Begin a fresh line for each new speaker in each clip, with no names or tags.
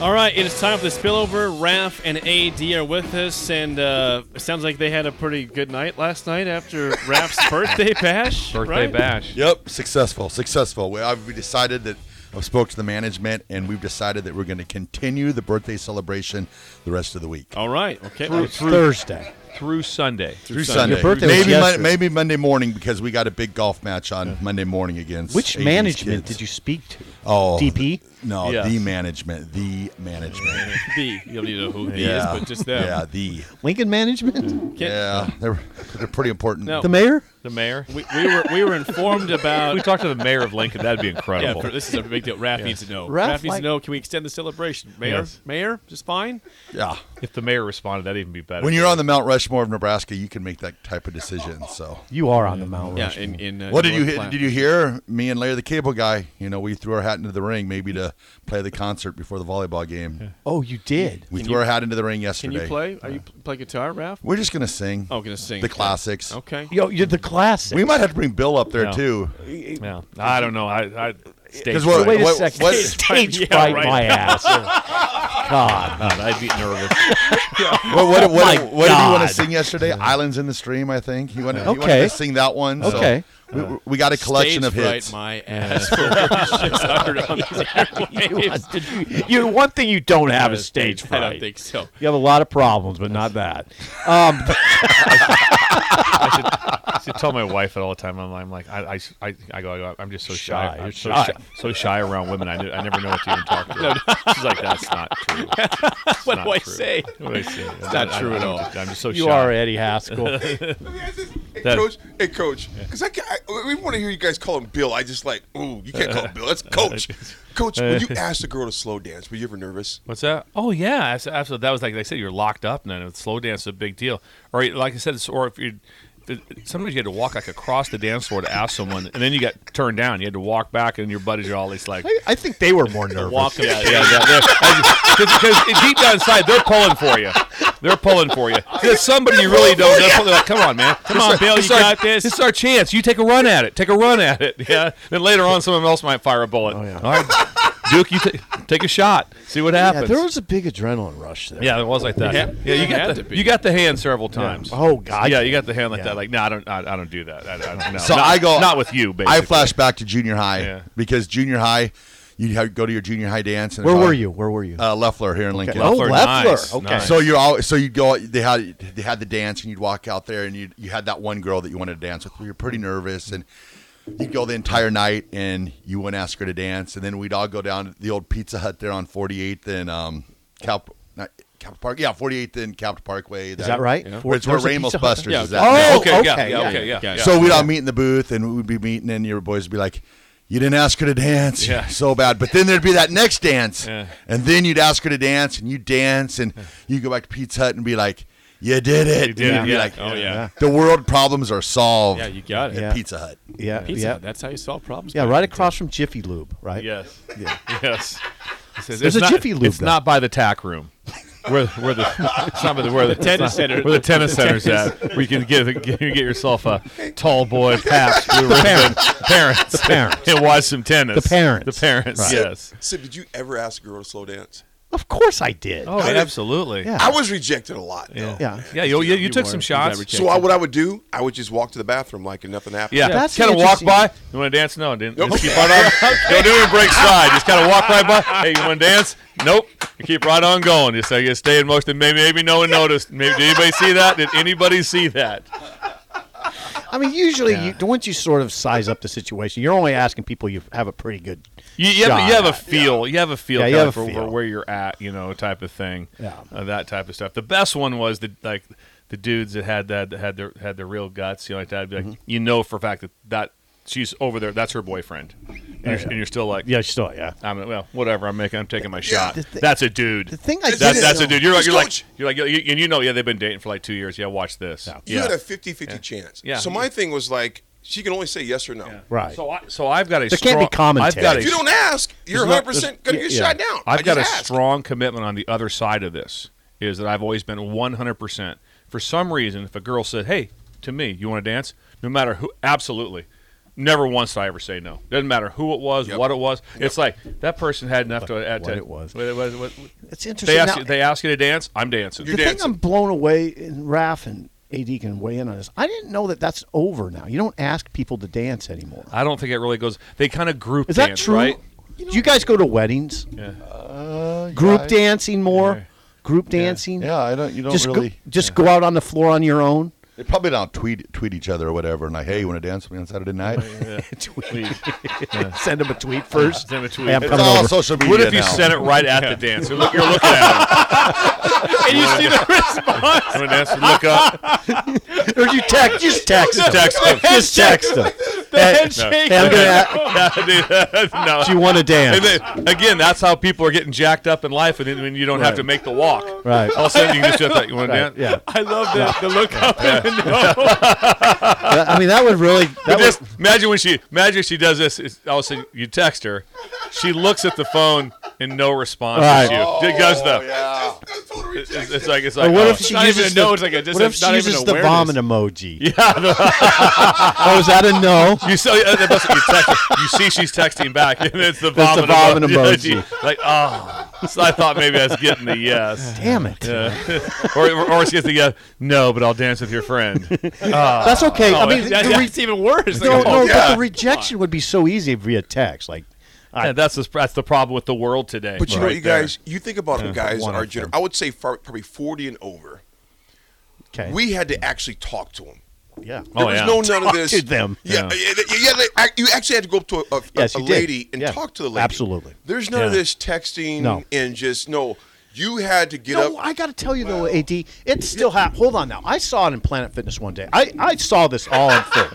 All right, it is time for the spillover. Raf and AD are with us, and uh, it sounds like they had a pretty good night last night after Raf's birthday bash.
Birthday
right?
bash.
Yep, successful, successful. We, I, we decided that I spoke to the management, and we've decided that we're going to continue the birthday celebration the rest of the week
All right, okay.
Through, through-
Thursday.
through Sunday.
through Sunday.
Your birthday was
maybe Mon-
yesterday.
maybe Monday morning because we got a big golf match on Monday morning against
Which
AD's
management
kids.
did you speak to?
Oh,
DP?
No,
Yeah.
the management, the management.
The you don't need to know who the
yeah,
is, but just them.
Yeah, the
Lincoln management?
Can't-
yeah, they're they're pretty important.
No.
The mayor?
The mayor.
We, we were we were informed
If we
about.
talked to the mayor of Lincoln. That'd be
Uh, Yeah,
incredible.
for- this is a big deal. Raf needs to know.
Raf,
needs
like-
to know. Can we extend the celebration, Mayor?
Yes.
Mayor, just fine.
Yeah,
if the mayor responded, that'd even be better.
when you're on the Mount Rushmore of Nebraska, you can make that type of decision. So.
You are on the Mount
Yeah.
Rushmore.
In, in uh,
What did you
North
hear?
Platte.
Did you hear me and Larry the Cable Guy? You know, we threw our hat into the ring maybe to play the concert before the volleyball game.
Oh, you did.
We threw our hat into the ring
Can
yesterday.
you play? Are you p- play guitar, Raf?
We're just gonna sing.
Oh, gonna sing.
the classics.
Okay.
Yo, you're the classic.
We might have to bring Bill up there
No.
too.
Yeah. I don't know. I, I stage
Because what,
fright.
Wait a
what-
second.
what-
Stage
Yeah,
fright
right.
my ass. God.
God, I'd be nervous.
what, what, what,
Oh My
what did he want
God.
to sing yesterday? Islands in the Stream, I think. He wanted, he wanted
Okay.
to sing that one. so
Okay.
we, we got a collection
Stage
of
fright
hits.
my ass. Just heard on these airwaves.
You- you, one thing you don't have is stage
I
fright.
don't think so.
You have a lot of problems, but not that.
I should tell my wife at all the time. I'm, I'm like, I, I, I, I go, I go, I'm just so
Shy,
shy.
you're
I'm so
shy.
shy, so shy around women. I, knew, I never know what to even talk to. She's like, that's not true. It's
What
not
do I
true.
say?
What do I say? It's
not true at all.
I'm just so
You
shy.
are Eddie Haskell.
Hey,
That-
coach. Hey, coach. Because I, can't- I, we want to hear you guys call him Bill. I just like, ooh, you can't call him Bill. That's coach. coach, when you asked a girl to slow dance, were you ever nervous?
What's that? Oh yeah, abs- absolutely. That was like they said, you're locked up. And then slow dance is a big deal. Or like I said, it's, or if you, it- it- sometimes you had to walk like across the dance floor to ask someone, and then you got turned down. You had to walk back, and your buddies are always like.
I think they were more nervous.
Walking.
Yeah, yeah, yeah. Because deep down inside, they're pulling for you. They're pulling for you. There's somebody you really don't. They're pulling- like, Come on, man. Come
on, Bill, you got this."
This is our chance. You take a run at it. Take a run at it. Yeah. Then later on, someone else might fire a bullet. All right, Duke, you t- take a shot. See what
Yeah,
happens.
there was a big adrenaline rush there.
Yeah, it was like that.
Yeah.
Yeah, you
It had
got
to
the,
be.
you got the hand several times.
Oh, God.
Yeah, you got the hand like
Yeah.
that. Like, no, I don't, I, I don't do that. I, I, no,
So
not,
I go.
not with you, basically.
I flash back to junior high
Yeah.
because junior high, you had- go to your junior high dance. And
Where
about-
were you? Where were you?
Uh, Leffler here in Lincoln.
Oh,
Leffler,
Leffler.
nice,
Okay.
nice.
So you're all so you'd go. They had they had the dance, and you'd walk out there, and you you had that one girl that you wanted to dance with. You're pretty nervous, and you'd go the entire night, and you wouldn't ask her to dance, and then we'd all go down to the old Pizza Hut there on 48th and um Cap not Capitol Park, yeah, 48th and Capitol Parkway.
Is that right?
Where it's where
There's a
Ramos
Pizza Hut
Busters
Yeah,
is
okay.
at. now.
Oh,
okay, yeah,
okay,
yeah,
yeah,
okay, yeah.
yeah.
yeah.
So we'd all meet in the booth, and we'd be meeting, and your boys would be like, "You didn't ask her to dance,
Yeah.
so bad." But then there'd be that next dance,
Yeah.
and then you'd ask her to dance, and you dance, and you go back to Pete's Hut and be like, "You did it!"
You
And
did
you'd
it,
be
yeah.
like,
Oh yeah.
Yeah.
"The world problems are solved."
Yeah, you got it.
at
Yeah.
Pizza Hut.
Yeah,
Pizza
yeah.
Hut, That's how you solve problems.
yeah,
back
right
in the
across from Jiffy Lube, right?
yes, yes. It says, it's
There's a
not,
Jiffy Lube,
It's
though.
not by the tack room. Where, where the it's not by the where the,
tennis
it's not-
center-
where the tennis center's at where you can get get, you get yourself a tall boy paps blue ribbon parents the
parents.
and watch some tennis
The parents.
the parents
Right.
yes
Sid, did you ever ask a girl to slow dance?
Of course I did.
oh absolutely
Yeah.
I was rejected a lot, though.
Yeah.
yeah you, you, you
You
took
were-
some
you got
shots
rejected.
So I, what I would do, I would just walk to the bathroom like nothing happened.
Yeah,
That's
kind of walk
interesting.
by. You want to dance? No, didn't. Just keep right on. Don't do it. Break stride. Just kind of walk right by. Hey, you want to dance? Nope. You keep right on going. Just like you stay in motion. Maybe, maybe no one noticed. Maybe, did anybody see that? Did anybody see that?
I mean, usually, you, once you sort of size up the situation, you're only asking people you have a pretty good.
You, you, have,
shot
you have a
at.
feel. You have a feel.
Yeah, you
kinda
have a
for, for
feel.
where you're at, you know, type of thing.
Yeah.
Uh, that type of stuff. The best one was the like the dudes that had that, that had their
Mm-hmm.
had their real guts, you know, like that. Like, You know for a fact that that she's over there. That's her boyfriend. And you're, and you're still like,
Oh, Yeah, still, yeah.
I'm well, whatever. I'm making. I'm taking my shot.
The thi-
that's a dude.
The thing I
That,
did
that's a dude. You're like,
Just
you're like,
coach.
you're like, you- and you know, yeah, they've been dating for like two years. Yeah, watch this.
You
Yeah.
had a 50 50 chance.
Yeah.
So my thing was like, she can only say yes or no.
Right.
So, I, so I've got a.
There can't be
strong- I've
commentary.
got a
If you don't ask, you're
There's no-
100% going to
there's-
get
yeah,
shot down.
I've
I
got a
just asked.
strong commitment on the other side of this. Is that I've always been 100%. For some reason, if a girl said, "Hey, to me, you want to dance?" No matter who, absolutely. Never once did I ever say no. Doesn't matter who it was, what it was. It's like that person had enough to. add
What
to,
it was.
What, what- what-
it's interesting.
they ask
now,
you. They ask you to dance. I'm dancing.
the thing I'm blown away, and Raf and AD can weigh in on this. I didn't know that that's over now. You don't ask people to dance anymore.
I don't think it really goes. They kind of group
Is that
dance,
true?
right?
Do you guys go to weddings?
Yeah.
Group
I-
dancing more? Group dancing?
Yeah, I don't. You don't
just
really.
go, just go out on the floor on your own.
They probably don't tweet tweet each other or whatever, and like, hey, you want to dance with me on Saturday night?
Send them a tweet first.
Send 'em a tweet.
Hey, I'm
It's
coming
all
over.
social media
What if you
now.
sent it right at the dance? You're, look, you're looking at it, and you see the response. You wanna dance? Look up.
or you text, just text them.
Text them.
Just text them.
The handshake.
Hey, I'm gonna,
no.
do you want to
And
dance?
then, again, that's how people are getting jacked up in life, and then when you don't have to make the walk.
Right. Oh,
All of a sudden, you can just do that. You want to dance?
Yeah.
I love that. The look up and the no.
I mean, that would really. That
But
was,
just imagine when she imagine she does this. it's- All of a sudden, you text her, she looks at the phone and no response.
Right.
is you. it goes the.
yeah.
That's totally
It's,
rejection.
it's like it's
But
like.
what
oh.
if she
not
uses
even a
the,
no, it's like a- just
what
a-
if she
not even
uses
an
the
awareness.
vomit emoji? Yeah. oh, is that a no?
you saw uh, that's what you, text her. you see she's texting back, and it's the
That's the
vomit,
vomit
emo-
emoji.
Yeah, she- like oh, so I thought maybe I was getting the yes,
Damn it.
or or, or she gets the yes, no, but I'll dance with your friend.
That's okay. I
Oh,
mean,
that-
the re-
that's even worse.
no,
Like,
no,
oh,
but
yeah.
the rejection would be so easy via text. Like,
Yeah, that's the that's the problem with the world today.
But you know,
right
what, you guys, you think about the guys
one
our
of
gener-
them.
I would say far, probably 40 and over.
okay,
We had to actually talk to them.
yeah,
Oh,
There was
yeah.
no none
Talk
of this.
to them.
Yeah, yeah. they- yeah, they- I- you actually had to go up to a, a,
Yes,
a
you did.
lady and
Yeah.
talk to the lady.
Absolutely.
There's none of
Yeah.
this texting
No.
and just no. You had to get
no,
up.
I got to tell you though, Ad, it's still hap Hold on now. I saw it in Planet Fitness one day. I, I saw this all unfold.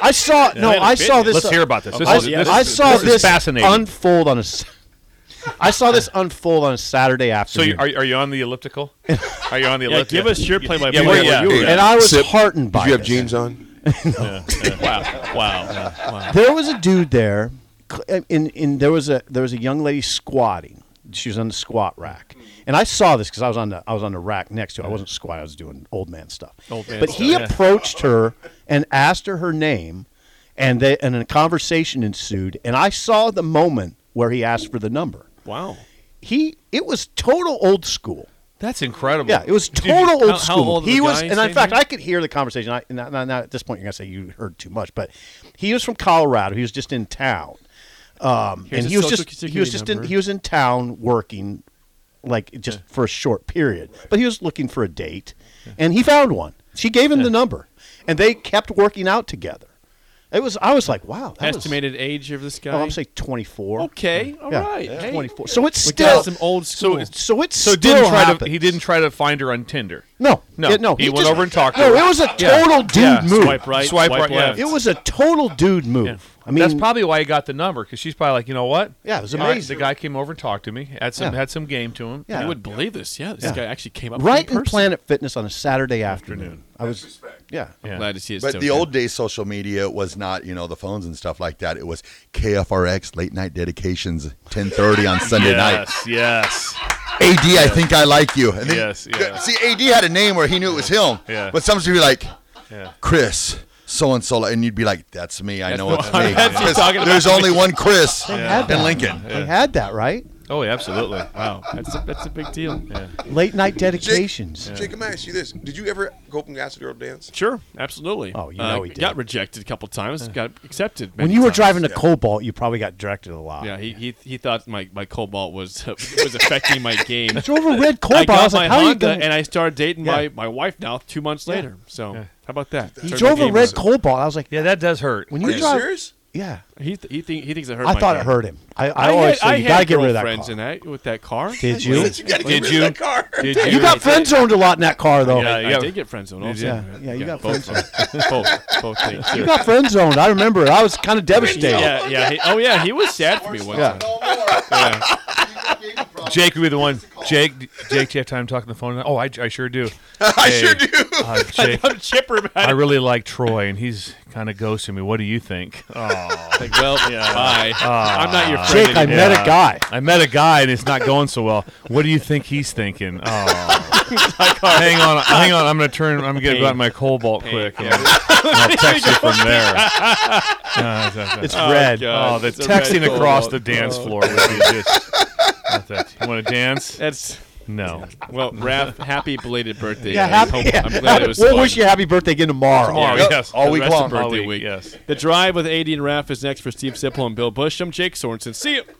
I saw no,
Planet
I saw
Fitness.
this. uh,
Let's hear about this. This
I,
is- this
I
is-
saw
this is
this
fascinating.
unfold on a. s- I saw this unfold on a Saturday
So
afternoon.
you, are are you on the elliptical? Are you on the
yeah,
elliptical?
give us your play by
yeah, well, yeah.
play.
Oh, and I was
Sip.
heartened by
Did you have
this.
jeans on?
Wow, wow, wow.
There was a dude there, cl- and, and there was a there was a young lady squatting. She was on the squat rack, and I saw this because I was on the I was on the rack next to. her. I wasn't squatting. I was doing old man stuff.
Old man
but
stuff,
he
yeah.
approached her and asked her her name, and they, and a conversation ensued. And I saw the moment where he asked for the number.
Wow.
He it was total old school.
That's incredible.
Yeah, it was
Did
total
how-
old
how
school.
old
he
the
was,
guy
and in
saying
fact,
that?
I could hear the conversation. I, now, now, now at this point, you're gonna say you heard too much, but he was from Colorado. He was just in town,
Here's
um, and
his
he was
social
just he
security
was just in,
number.
he was in town working, like just for a short period. But he was looking for a date, and he found one. She gave him the number, and they kept working out together. It was I was like, wow, that was-
Estimated age of this guy.
Oh, I'm saying 24.
Okay, all
Yeah,
right. Hey,
24. So it's
We got
still
some old school.
so it's
So
still
didn't try
happens.
to he didn't try to find her on Tinder.
No,
No,
Yeah, no.
he went over and talked to
No,
her.
it was a
Yeah.
total dude
Yeah,
move.
Swipe right,
Swipe right, yeah.
left.
It was a total dude move. I mean,
that's probably why he got the number because she's probably like, you know what?
Yeah, it was
All right,
amazing.
the guy came over and talked to me. Had some
Yeah.
had some game to him.
yeah.
You wouldn't believe this. Yeah, this guy actually came up
right
in
in
person.
Planet Fitness on a Saturday afternoon. I was, yeah.
Yeah.
Glad to see it.
But the old days, social media was not, you know, the phones and stuff like that. It was KFRX late night dedications, ten thirty on Sunday night.
Yes, yes.
AD, I think I like you. And then,
Yes, yeah.
See, AD had a name where he knew it was him.
Yeah.
But sometimes you'd be like,
Yeah.
Chris, so and so, and you'd be like, "That's me. I know it's me."
that's you
Because
talking about
There's only one Chris
had that.
in Lincoln.
They had that right.
Oh, yeah, absolutely. Wow.
That's a, that's a big deal.
Late night dedications.
Jake, I'm asking you this. Did you ever go up and ask the girl to dance?
Sure, absolutely.
Oh, you
Uh,
know he did.
Got rejected a couple times. Got accepted.
When
many
you were
times.
driving the Cobalt, you probably got directed a lot.
Yeah, he, he, he thought my, my cobalt was was affecting my game.
I drove a red
I
Cobalt. I,
got
was
my
like, how are you
Honda
going?
and I started dating
Yeah.
my, my wife now two months later. So how about that?
he
Turned
drove
the
a
game
red
around.
Cobalt. I was like,
Yeah, that does hurt.
when
Are
you
you
drive,
serious?
Yeah.
He th- he, think, he thinks it hurt.
I
my
thought
car.
it hurt him. I, I,
I
always
had, I
said, you
had
got to get rid of that
girlfriends
car.
in that with that car.
Did you?
You gotta get
Did
rid
you?
of that car.
Did
You, got friend zoned a lot in that car, though.
Yeah,
yeah.
I did get friend zoned. Also.
Yeah, yeah, you got
both
friend
of them. both, both things.
You got friend zoned. I remember. it. I was kind of devastated.
yeah, yeah. He, oh yeah, he was sad for me one
Yeah.
time.
Jake would be the one. Jake, d- Jake, do you have time talking on the phone? Oh, I, I sure do.
I sure
Hey,
do.
Uh, Jake,
I'm chipper about
I
it.
really like Troy, and he's kind of ghosting me. What do you think? Oh,
Like, well, yeah. Ah. bye. I'm not your friend.
Jake, I
anymore.
met a guy.
I met a guy, and it's not going so well. What do you think he's thinking? Oh, hang on, hang on. I'm gonna turn. I'm gonna
Pain.
go out my cobalt quick.
yeah.
and I'll text you from there. Uh,
It's red.
God.
Oh, the
It's a
texting
red
across
cobalt.
the dance
Oh.
floor would be just. not that- You want to dance?
That's
No.
well, Raph. Happy belated birthday.
Yeah,
I
happy.
hope- I'm glad it was.
we'll
fun.
wish you happy birthday again tomorrow.
Tomorrow,
Yeah.
Oh, yes.
All
The
week
rest of
long.
All
birthday
week.
Yes.
The drive with AD and Raph is next for Steve Sipple and Bill Busham. Jake Sorensen. See you.